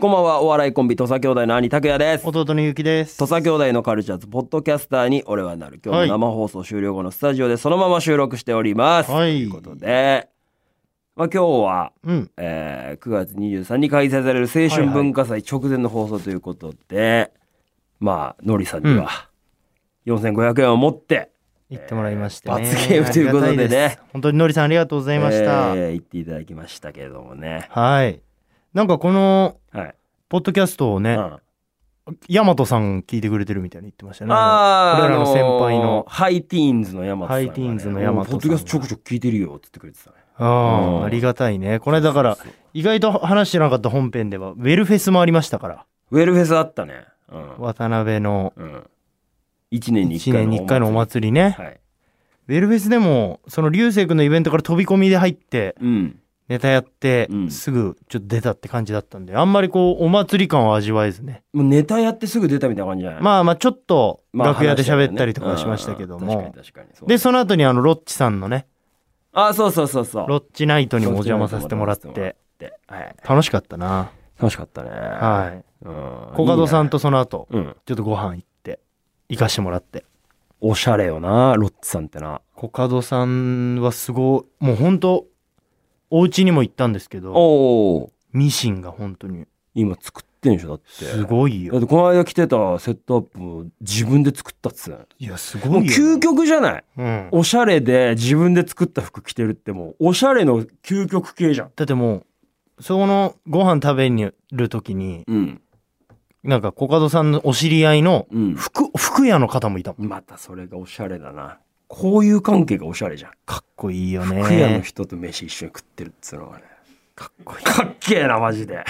こんばんは、お笑いコンビ、土佐兄弟の兄拓也です。弟のゆうきです土佐兄弟のカルチャーズ、ポッドキャスターに俺はなる。今日の生放送終了後のスタジオでそのまま収録しております。はいということで、まあ今日は、うんえー9月23日に開催される青春文化祭直前の放送ということで、まあ、のりさんには、4500円を持って、言ってもらいましてね、罰ゲームということでねありがたいす本当にのりさんありがとうございました、えー行っていただきましたけれどもね。はいなんかこのはい。ポッドキャストをうね、んヤマトさん聞いてくれてるみたいに言ってましたねああ、俺らの先輩あののーハイティーンズの山ハイティーンズの大和さんがポッドキャストちょくちょく聞いてるよって言ってくれてたね。あーうんありがたいねこれだからそうそう意外と話してなかった本編ではウェルフェスもありましたからウェルフェスあったね。うん。渡辺のうん。1年に1 1回年のに1回のお祭りねはい。ウェルフェスでもその流星君のイベントから飛び込みで入ってうん。ネタやってうんすぐちょっと出たって感じだったんであんまりこうお祭り感を味わえずねもうネタやってすぐ出たみたいな感じじゃないまあまあちょっとまあ楽屋で話よね喋ったりとかしましたけどうんうんも確かに確かに。そうでその後にあのロッチさんのねあ、そうそうそうそう。ロッチナイトにもお邪魔させてもらっロッチナイてではい。楽しかったな楽しかったね。。はいいうん。コカドさんと。とその後うん。ちょっとご飯行って行かしてもらっておしゃれよな、ロッツさんってな。コカドさんはすごいもうほんとお家にも行ったんですけどおお。ミシンが本当に今作ってんでしょ、だって。すごいだっよてこの間来てたセットアップも自分で作ったっつうのいやすもごういよ究極じゃないうんおしゃれで自分で作った服着てるってもうおしゃれの究極系じゃんだってもうそこのご飯食べにる時にうんなんかコカドさんのお知り合いのうん服服屋の方もいたもんまたそれがおしゃれだなこういう関係がおしゃれじゃんかっこいいよね服屋の人と飯一緒に食ってるっつうのがねかっこいいかっけえなマジで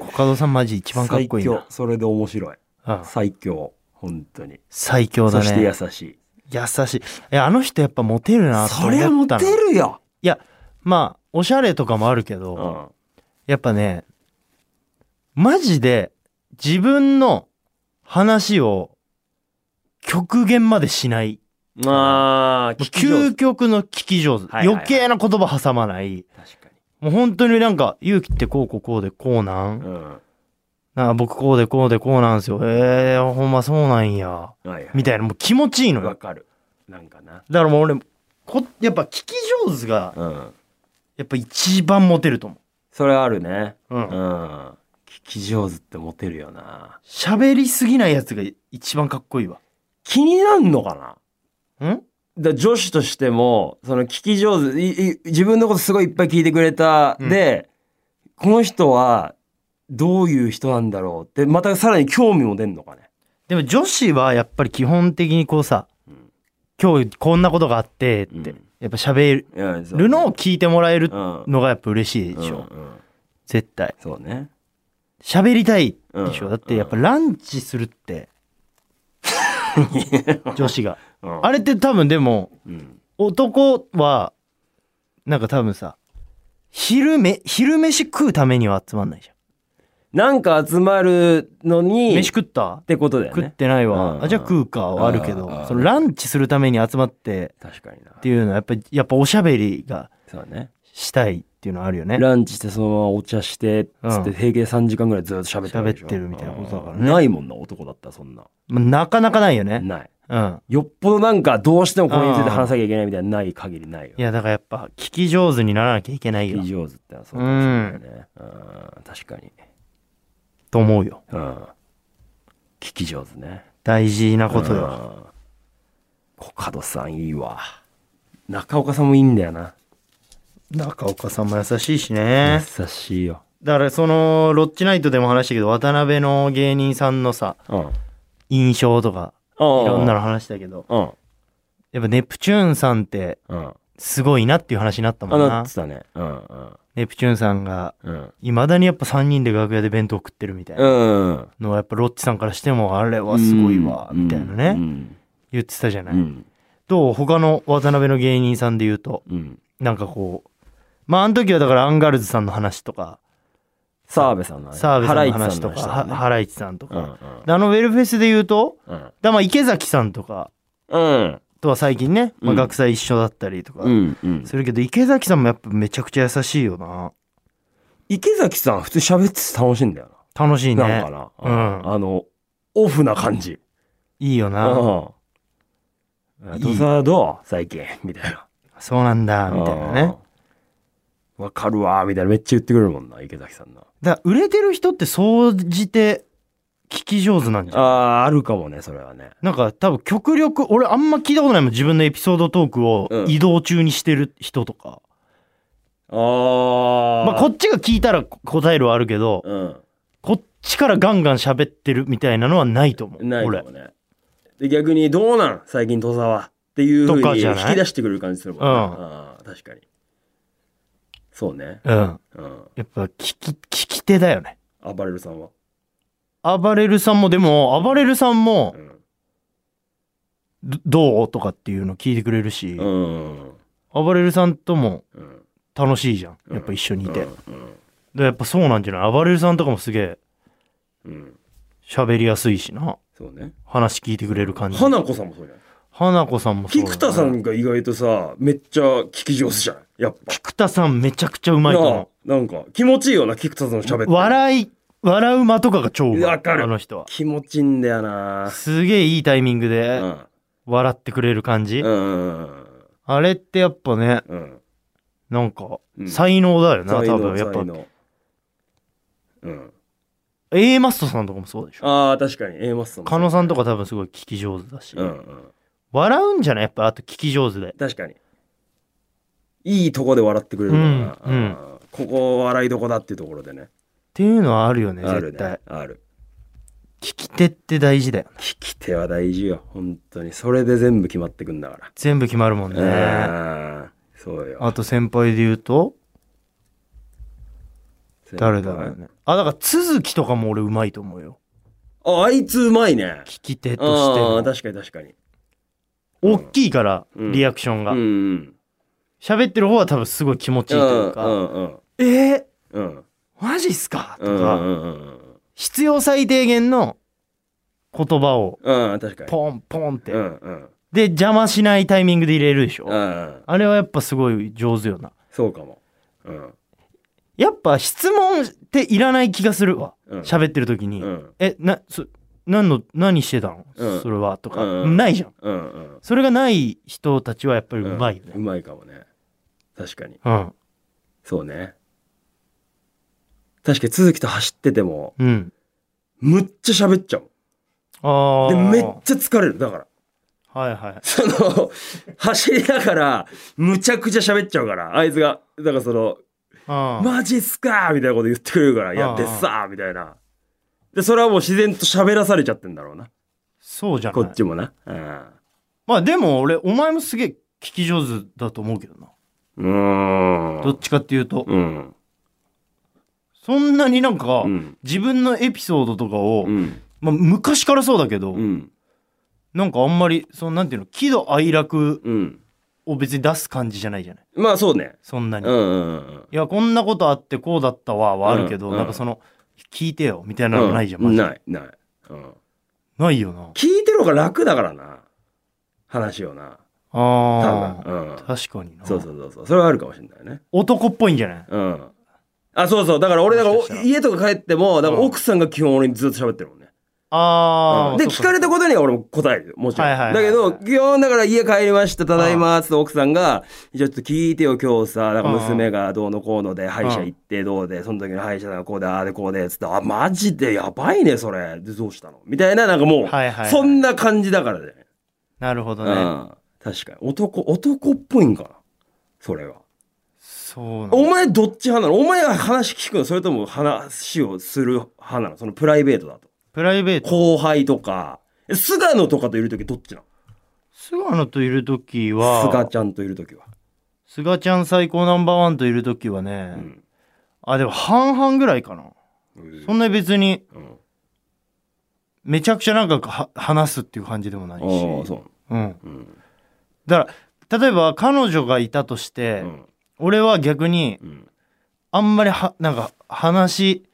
コカドさんマジ一番かっこいい最強なそれで面白いうん最強本当に最強だそして優ねしい優しいえあの人やっぱモテるなとそりゃ思モったテのるよいやまあおしゃれとかもあるけうど、んやっぱね、マジで自分の話を極限までしない。まあもう聞き上究手極の聞き上手。はいはいはい余計な言葉挟まない。確かもう本当になんか、勇気ってこうこうこうでこうなん、にうんなんか僕こうでこうでこうなんですよ。えー、ほんまそうなんや。はいはいみたいな、もう気持ちいいのわよ。かるなんかなだからもう俺、こやっぱ聞き上手が、うんやっぱ一番モテると思それあるねう。ううんん。聞き上手ってモテるよな喋りすぎないやつが一番かっこいいわ。気になんのかなんだ女子としてもその聞き上手いい自分のことすごいいっぱい聞いてくれた、うんでこの人はどういう人なんだろうってまたさらに興味も出んのかねでも女子はやっぱり基本的にこうさ、うん今日こんなことがあってって、うんやっぱ喋いやそうるのを聞いてもらえるうんのがやっぱ嬉しいでしょ、うんうん絶対そうね喋りたいでしょ、うんだってやっぱランチする って、女子がうんあれって多分でもうん男はなんか多分さ昼め昼飯食うためには集まんないじゃなんか集まるのんに飯っ食ったてことだよ食っねてないわ、うんあじゃあ食うかはあるけうんうどんそのランチするために集まって確かになっていうのはやっぱりやっぱおしゃべりがそうねしたいっていうのはあるよね。ランチしてそのままお茶してっつっうてん平均3時間ぐらいずっと喋ってわけでしょ喋ってるみたいなことだからねうんないもんな男だったらそんなまあなかなかないよね。ないうん。よっぽどなんかどうしてもこれについて話さなきゃいけないみたいなのない限りないよいや、だからやっぱ、聞き上手にならなきゃいけない聞よき。上手ってのはそうかもしれないねうん確かにと思うよ。うん聞き上手ね大事なことよ。うんコカドさんいいわ中岡さんもいいんだよな中岡さんも優しいしね。優しいよだからその、ロッチナイトでも話したけど、渡辺の芸人さんのさ、うん印象とか、いいろんなの話したけど、うんやっぱネプチューンさんって、うんすごいなっていう話になったもあんなっなて。たねうんうんネプチューンさんが、うんいまだにやっぱ3人で楽屋で弁当食ってるみたいなうんのは、やっぱロッチさんからしても、あれはすごいわ、みたいなうね。ん言ってたじゃなうい。んどう他の渡辺の芸人さんで言うと、うんなんかこう、まああの時はだからアンガールズさんの話とか、澤部さんの話澤部さんの話とか、原市さんの話はハライチさんとだねか。であのウェルフェスで言うと、うんうんだまあ池崎さんとかうんとは最近ね、まうあ、ん学祭一緒だったりとかうんうんするけど、池崎さんもやっぱめちゃくちゃ優しいよな。池崎さん普通に喋ってて楽しいんだよ楽しいなねのかな、うんあの、オフな感じ。いいよな、うん。土佐はどう最近みたいな。そうなんだみたいなねうん。わかるわ、みたいな。めっちゃ言ってくれるもんな、池崎さんな。だから売れてる人って総じて聞き上手なんじあゃんあ、あるかもね、それはね。なんか多分極力俺あんま聞いたことないもん自分のエピソードトークをうん移動中にしてる人とか、ああ。まあ、こっちが聞いたら答えるはあるけどうん。こっちからガンガン喋ってるみたいなのはないと思うないか俺もね。で、逆に、どうなん最近、土佐は。っていうふうにとかじゃ引ないき出してくれる感じするもんね。うんあー確かに。そうね。うんうん。やっぱ聞き聞き手だよね暴れるさんは。暴れるさんもでも暴れるさんもうん。どどうとかっていうの聞いてくれるし、うん。暴れるさんともうん。楽しいじゃんやっぱ一緒にいて、うんでやっぱそうなんじゃない暴れるさんとかもすげえうん。うん。喋りやすいしなそうね。話聞いてくれる感じ花子さんもそうじゃない花子さんもそうだね菊田さんが意外とさ、めっちゃ聞き上手じゃん。やっぱ。菊田さんめちゃくちゃうまいとなあ思なんか、気持ちいいよな、菊田さんの喋って。う笑い笑う間とかが超うまいわかるあの人は気持ちいいんだよな。すげえいいタイミングうでん。笑ってくれる感じ、うんうんあれってやっぱねうん。うん。なんかうん才能だよな、才多能分やっぱ才能うん。 A マストさんとかもそうでしょああ、確かに。A マスさんもそう狩野さんとか多分すごい聞き上手だし、うんうん。笑うんじゃないやっぱあと聞き上手で確かに。いいとこで笑ってくれるからな。うんうあんーここ笑いどこだっていうところでね。っていうのはあるよねある絶対、ね。ある。聞き手って大事だよね聞き手は大事よ。本当に。それで全部決まってくんだから。全部決まるもんね、あーそうよ。あと先輩で言うと誰だろうねあだから都築とかも俺うまいと思うよあ、あいつうまいね。聞き手としてああ、の確かに確かに。大きいからうんリアクションがうんうん。喋ってる方は多分すごい気持ちいいといううかんうん「えー、うん。マジっすか?」とうんうんかうんうん必要最低限の言葉をうん。うん、確かに。ポンポンっうてんうん。で邪魔しないタイミングで入れるでしょうんうん。あれはやっぱすごい上手よなそうかも。うん。やっぱ質問っていらない気がするわうん喋ってる時うにん「えなそ何の何してたのうんそれは」とかうんないじゃんうんうん。それがない人たちはやっぱりううんまいようねまいかもね。確かに。うんそうね。確かに続きと走ってても、うんむっちゃ喋っちゃう。ああで、めっちゃ疲れる。だから。 はいはいその、走りながら、むちゃくちゃ喋っちゃうから、あいつが。だからその、うんマジっすかみたいなこと言ってくれるから、んやってっさーみたいな。で、それはもう自然と喋らされちゃってんだろうな。そうじゃなこいっちもな。うんまあでも俺お前もすげえ聞き上手だと思うけどなうーどんっ。ちかっていうとうん。そんなになんかうん。自分のエピソードとかをうん。まあ昔からそうだけどうん。なんかあんまりそのなんていうの喜怒哀楽うん。を別に出す感じじゃないじゃないまあそうね。そんなにうんうんうん。いやこんなことあってこうだったわはあるけうどんうんなんかその聞いてよみたいなのないじゃんうマジでない、ない。うん。ないよな聞いてる方が楽だからな。話をな。あ多ー分。うん。確かになそうそうそうそう。それはあるかもしれないね。男っぽいんじゃないうん。あ、そうそう。だから俺、だからもしおかしたら家とか帰っても、だからうん奥さんが基本俺にずっと喋ってるもんね。あうあんで、聞かれたことには俺も答えるよ。もちろん。はいはいはいだけど、基本だから家帰りました、ただいま、つって奥さんが、じゃあちょっと聞いてよ、今日さ、なんか娘がどうのこうので、歯医者行ってどうで、その時の歯医者さんがこうで、ああでこうで、つって、あ、マジでやばいね、それ。で、どうしたのみたいな、なんかもう、はいはいはいそんな感じだからね。なるほどうねん。確かに。男、男っぽいんかな。それは。そうなんお前どっち派なのお前は話聞くのそれとも話をする派なのそのプライベートだと。プライベート後輩とか、え菅野とかといるときどっちなの菅野といる時は菅ちゃんといるときは。菅ちゃん最高ナンバーワンといる時はね、うんあでも半々ぐらいかなそんなに別にうんめちゃくちゃなんかは話すっていう感じでもないし、ああ、そうん、う。うん。だから例えば彼女がいたとして、うん。俺は逆にうん。あんまりはなんか話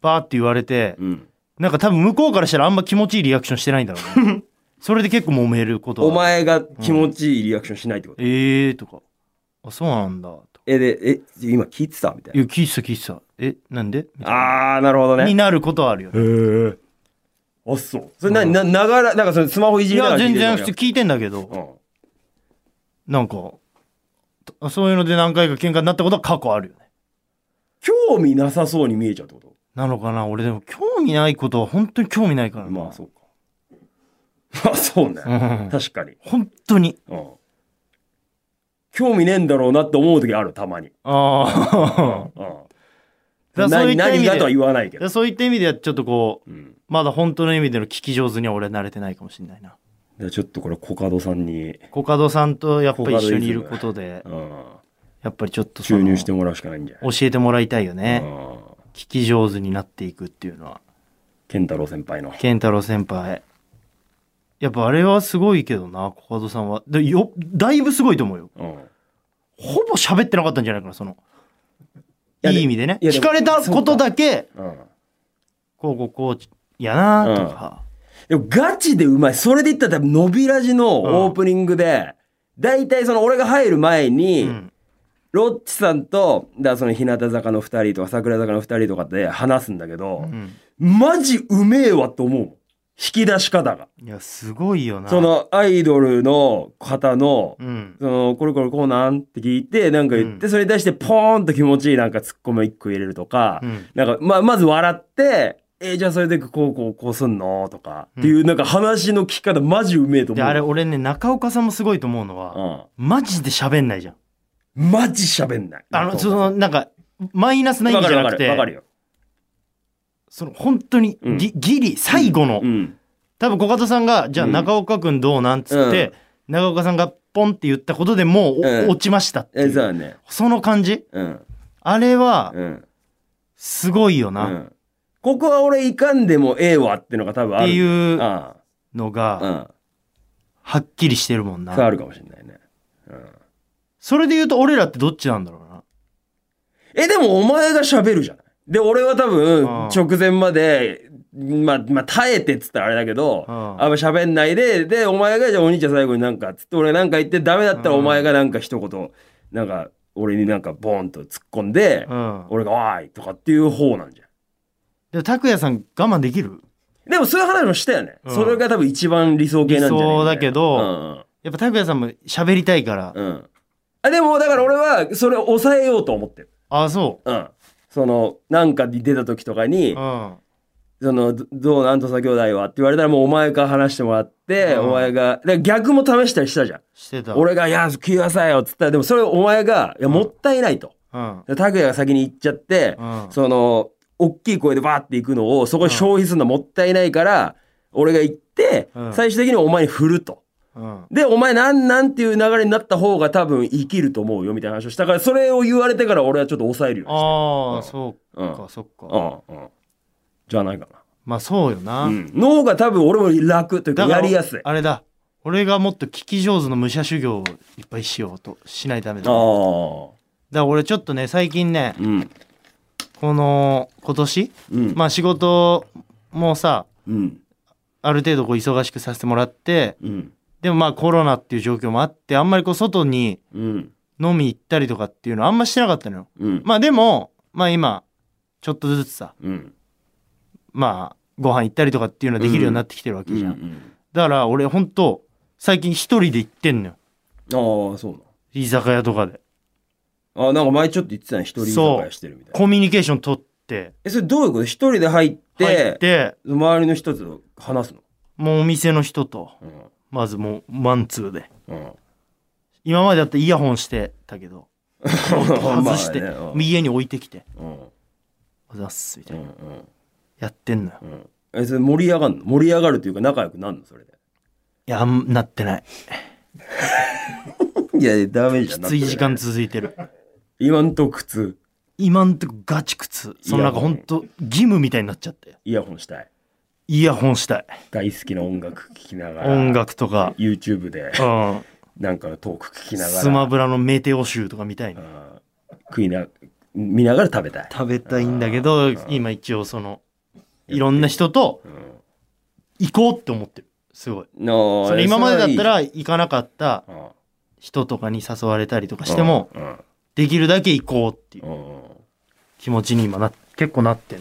バーって言われて、うん。なんか多分向こうからしたらあんま気持ちいいリアクションしてないんだろうね それで結構揉めることはお前が気持ちいいリアクションしないってことえーとかあそうなんだとと。え、で、え、今聞いてたみたいいや、聞いてた聞いてた。え、なんでみたいなな。あー、なるほどね。になることはあるよ。へえ。あ、そう。それな、な、ながら、なんかそのスマホいいじりながや、ら聞い全てる然わ普け通聞いてんだけど、うん。なんか、とそういうので何回か喧嘩になったことは過去あるよね。興味なさそうに見えちゃうってこなのかな俺でも興味ないことは本当に興味ないからとなまあ、そうか。 まあ、そうね。うん確かに。本当に。うん。興味ねえんだろうなって思う時ある、たまに。あうん。だからそう何いった意何味でがとは言わないけど。あ。 そういった意味ではちょっとこう、うん。まだ本当の意味での聞き上手には俺は慣れてないかもしれないな。じゃあちょっとこれ、コカドさんに、コカドさんとやっぱりコカドイズ一緒ムにいることで、うん。やっぱりちょっとそ注の入してもらうしかないんじゃない教えてもらいたいよね。うん。聞き上手になっていくっていうのは。健太郎先輩の。健太郎先輩。やっぱあれはすごいけどな、コカドさんは。でよだいぶすごいと思うよ。うん。ほぼ喋ってなかったんじゃないかな、その。いやいでい意味でね。いやで聞もかれたことだけ、うん。こうこうこう、やなーとか。でもガチでうまい。それで言ったら多分、のびラジのオープニングで、大体その俺が入る前に、うんロッチさんと、だからその日向坂の二人とか桜坂の二人とかで話すんだけど、うんマジうめえわと思う。引き出し方が。いや、すごいよな。そ、のアイドルの方の、うん。その、これこれこうなんって聞いて、なんか言って、うそれに対してポーンと気持ちいいなんかツッコミを一個入れるとか、うん。なんか、ま、まず笑って、えーじゃあそれでこうこうこうすんのとか、っていうなんか話の聞き方マジうめえと思で、う。あれ、俺ね、中岡さんもすごいと思うのうは、ん。マジで喋んないじゃん。マジ喋んない。あの、その、なんか、マイナスな意わ味かじるゃわかなくる。わかるて、よ。その、本当にうんぎ、ギリ、最後のう、ん。多分、小方さんが、じゃあうん中岡くんどうなんつって、中岡さんがポンって言ったことでもうお、うん落ちましたっていえ、うそうだね。その感じうん。あれは、うん。すごいような。んここは俺いかんでもええわってのが多分っある。てう。いうあのあ。うが、ん。はっきりしてるもんそれあな。るかもしれないね。うん。それで言うと、俺らってどっちなんだろうな。え、でもお前が喋るじゃない。で、俺は多分ああ直前まで、まあ、まあ、耐えてっつったらあれだけど、あああんま喋んないで、で、お前がじゃあお兄ちゃん最後になんか、つって俺なんか言ってダメだったらうんお前がなんか一言、なんか俺になんかボーンと突っ込んで、うん。俺が「おい!」とかっていう方なんじゃん。でも、拓也さん我慢できるでもそういう話もしたよね。うんそれが多分一番理想系なんじゃない理想だけどうんやっぱ拓也さんも喋りたいから。うんうんあでもだから俺はそれを抑えようと思ってる。ああ、そうん。そのなんか出た時とかにう。うん。そのどどうなんとさ兄弟はって言われたらもうお前から話してもらって、うんお前がで逆も試したりしたじゃん。してた。俺が「いや聞いなさいよ」っつったらでもそれをお前が「いやもったいない」と。うん。で拓也が先に行っちゃって、うんその大きい声でバーって行くのをそこで消費するのはもったいないから、俺が行って、うん最終的にお前に振ると。うん。で、お前なんなんっていう流れになった方が多分生きると思うよみたいな話をしたから、それを言われてから俺はちょっと抑えるようにしああ、うんそうた。うん。か、そっか。うん。うん。じゃないかまあそうよな。な。うん。の方が多分俺も楽というかやりやすい。ああれだ。俺がもっと聞き上手の武者修行をいっぱいしようとしないためだ。あだかー。ら俺ちょっとね、最近ね、うん。この今年、うん。まあ仕事もさ、うん。ある程度こう忙しくさせてもらって、うん。でもまあコロナっていう状況もあって、あんまりこう外にうん。飲み行ったりとかっていうのあんましてなかったのよ。うん。まあでも、まあ今、ちょっとずつさ、うん。まあご飯行ったりとかっていうのはできるようになってきてるわうけじゃん。ん。だから俺ほんと、最近一人で行ってんのよ。ああ、そうな。居酒屋とかで。あーなんか前ちょっと言ってたね一人居酒屋してるみたいなコミュニケーション取って、えそれどういうこと一人で入って入って、周りの人と話すのもうお店の人と、うまずもうマンツーで。んうん今までだってイヤホンしてたけど、外して、 まあねうん右家に置いてきて、うんおはようございます、みたういな。んうんやってんのよ。いうんえそれ盛り上がるの盛り上がるというか仲良くなるのそれでや、あんなってない。 いやダメじゃきんつい時間続いてる。今んとこ苦痛今んとこガチ靴。そのなんかほんと、義務みたいになっちゃって。イヤホンしたいイヤホンしたい。大好きな音楽聴きながら音楽とか、 YouTube でうん。なんかトーク聴きながらスマブラのメテオ集とか見たいな。うん食いな見ながら食べたい食べたいんだけど、今一応その、いろんな人と行こうって思ってる。すごい。のそれ今までだったら行かなかったうん人とかに誘われたりとかしてもうんでできるだけ行こうっていううん。気持ちに今な、結構なってん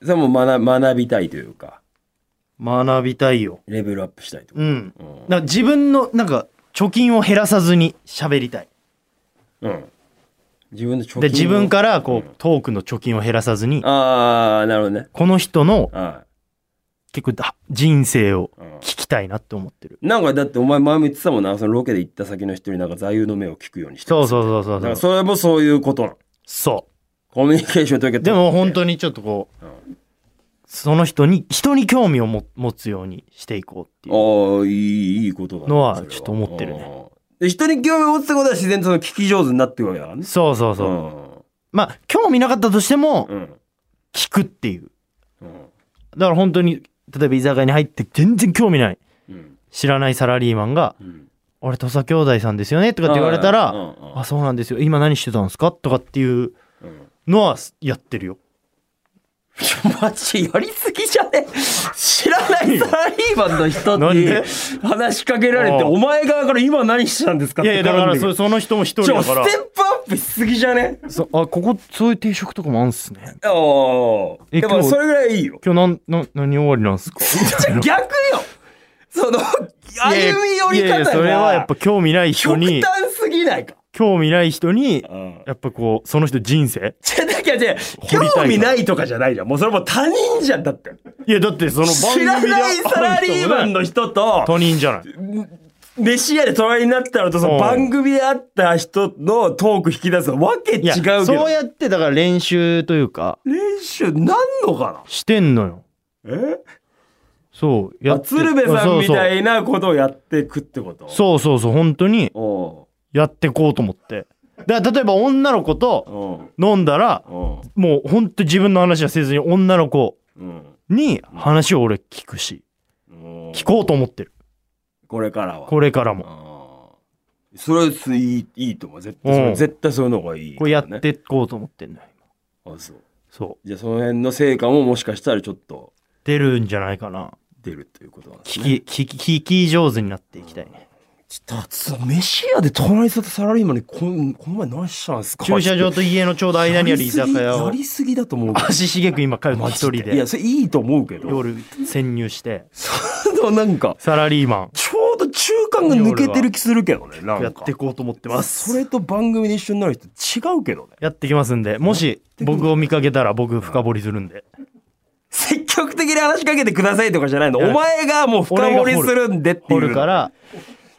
それはもう学学びたいというか、の。学びたいよ。レベルアップしたいと。うん。うんだから自分の、なんか、貯金を減らさずに喋りたい。うん。自分の貯金をで、自分から、こう、うんトークの貯金を減らさずに、ああ、なるほどね。この人の、は結構だ、人生をい。うん聞きたいなって思ってる。なんかだってお前前も言ってたもんな、そのロケで行った先の人になんか座右の目を聞くようにしてそううそうそうそうだかそらそう。れもそういうことなのそコミュニケーションというう。でも本に。当にちょっとこう、うんその人に、人に興味をも持つようにしていこうっていう。ああ、いい、いいことだねのはそれちょっと思ってるねうんで人に興味を持つってことは自然とその聞き上手になってくわけだからね。そうそうそう。う。まあ、興味なかったとしてもう、ん。聞くっていう。うん。だから本当に、例えば居酒屋に入って全然興味ない。うん。知らないサラリーマンが、うん。俺土佐兄弟さんですよねとかって言われたうら、んうんあ、そうなんですよ。今何してたんですかとかっていううんのはやってるよ。マジやりすぎじゃね知らないサラリーマンの人なんにで話しかけられて、ああお前側から今何してたんですかっいやいてや、だ絡かんらでくそる。その人も一ち人ょ、だスかテッら。プアップしすぎじゃねそあ、ここ、そういう定食とかもあるんすね。おお。えでも今日それぐらいいい よ。今日なん、な、何終わりなん すか逆よその、歩み寄りいやいやそ方れはやっがぱ、興味ない人極に、端すぎないか。興味ない人に、うん。やっぱこう、その人人生じゃ、だけどじゃあ、掘りたいか興ら味ないとかじゃないじゃん。もうそれもう他人じゃん。だって。いや、だってその番知組でら会う人もね。ないサラリーマンの人と、他人じゃない。飯屋で隣になったのとそのうん番組で会った人のトーク引き出すのわけい違やうけどそうやってだから練習というか練習なんのかしてんのよなえそうやあって鶴瓶さんみたいいなことをやってくってことうそうそうそうそう本当におやってこうと思ってだから例えば女の子うとおう飲んだらおもう本当自分の話はせずに女の子ううんに話を俺聞くしうん聞こうと思ってるこれからはこれからもうんそれはいいいいと思う絶対それうん絶対そういうのがいいこれやからっねてこうと思ってんのよ今あそうそうじゃあその辺の成果ももしかしたらちょっと出るんじゃないかな出るということなんですね聞き聞き聞き上手になっていきたいねちょっとさ、飯屋で隣に座ったサラリーマンにこん、この前何したんすか駐車場と家のちょうど間にある居酒屋やをりすぎだと思うけど足しげく今通って一人いでや、それいいと思うけど。夜潜入してそのなんか、サラリーマちょうど中間が抜けてる気するけど ね、なンやんっかて。こうと思ってますそれと番組で一緒になる人違うけどね。やってきますんでもし僕を見かけたら僕深掘りするんで積極的に話しかけてくださいとかじゃないの。いやお前がもう深掘りするんでって掘いるう。から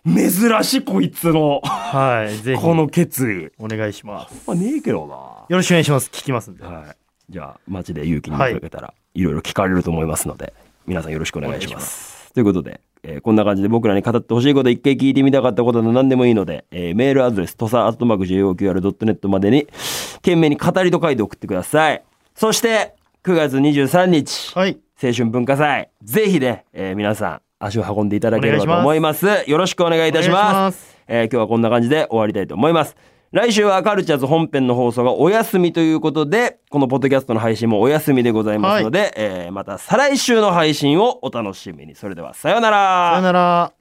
珍しいこいつの、はいぜひこの決意。お願いしますまあ、ねえけどな。よろしくお願いします聞きますんではい、じゃあ街で勇気に声かけたら、い、ろいろ聞かれると思いますので皆さんよろしくお願いしますお願いしまということで、えーこんな感じで僕らに語ってほしいこと一回聞いてみたかったことなど何でもいいので、えーメールアドレスとさ .joqr.net までに懸命に語りと書いて送ってくださいそして9月23日、はい青春文化祭ぜひね、えー皆さん足を運んでいただければと思いますよろしくお願いいたしお願まいしますすえー今日はこんな感じで終わりたいと思います来週はカルチャーズ本編の放送がお休みということでこのポッドキャストの配信もお休みでございますので、えーまた再来週の配信をお楽しみにそれではさようならさよなら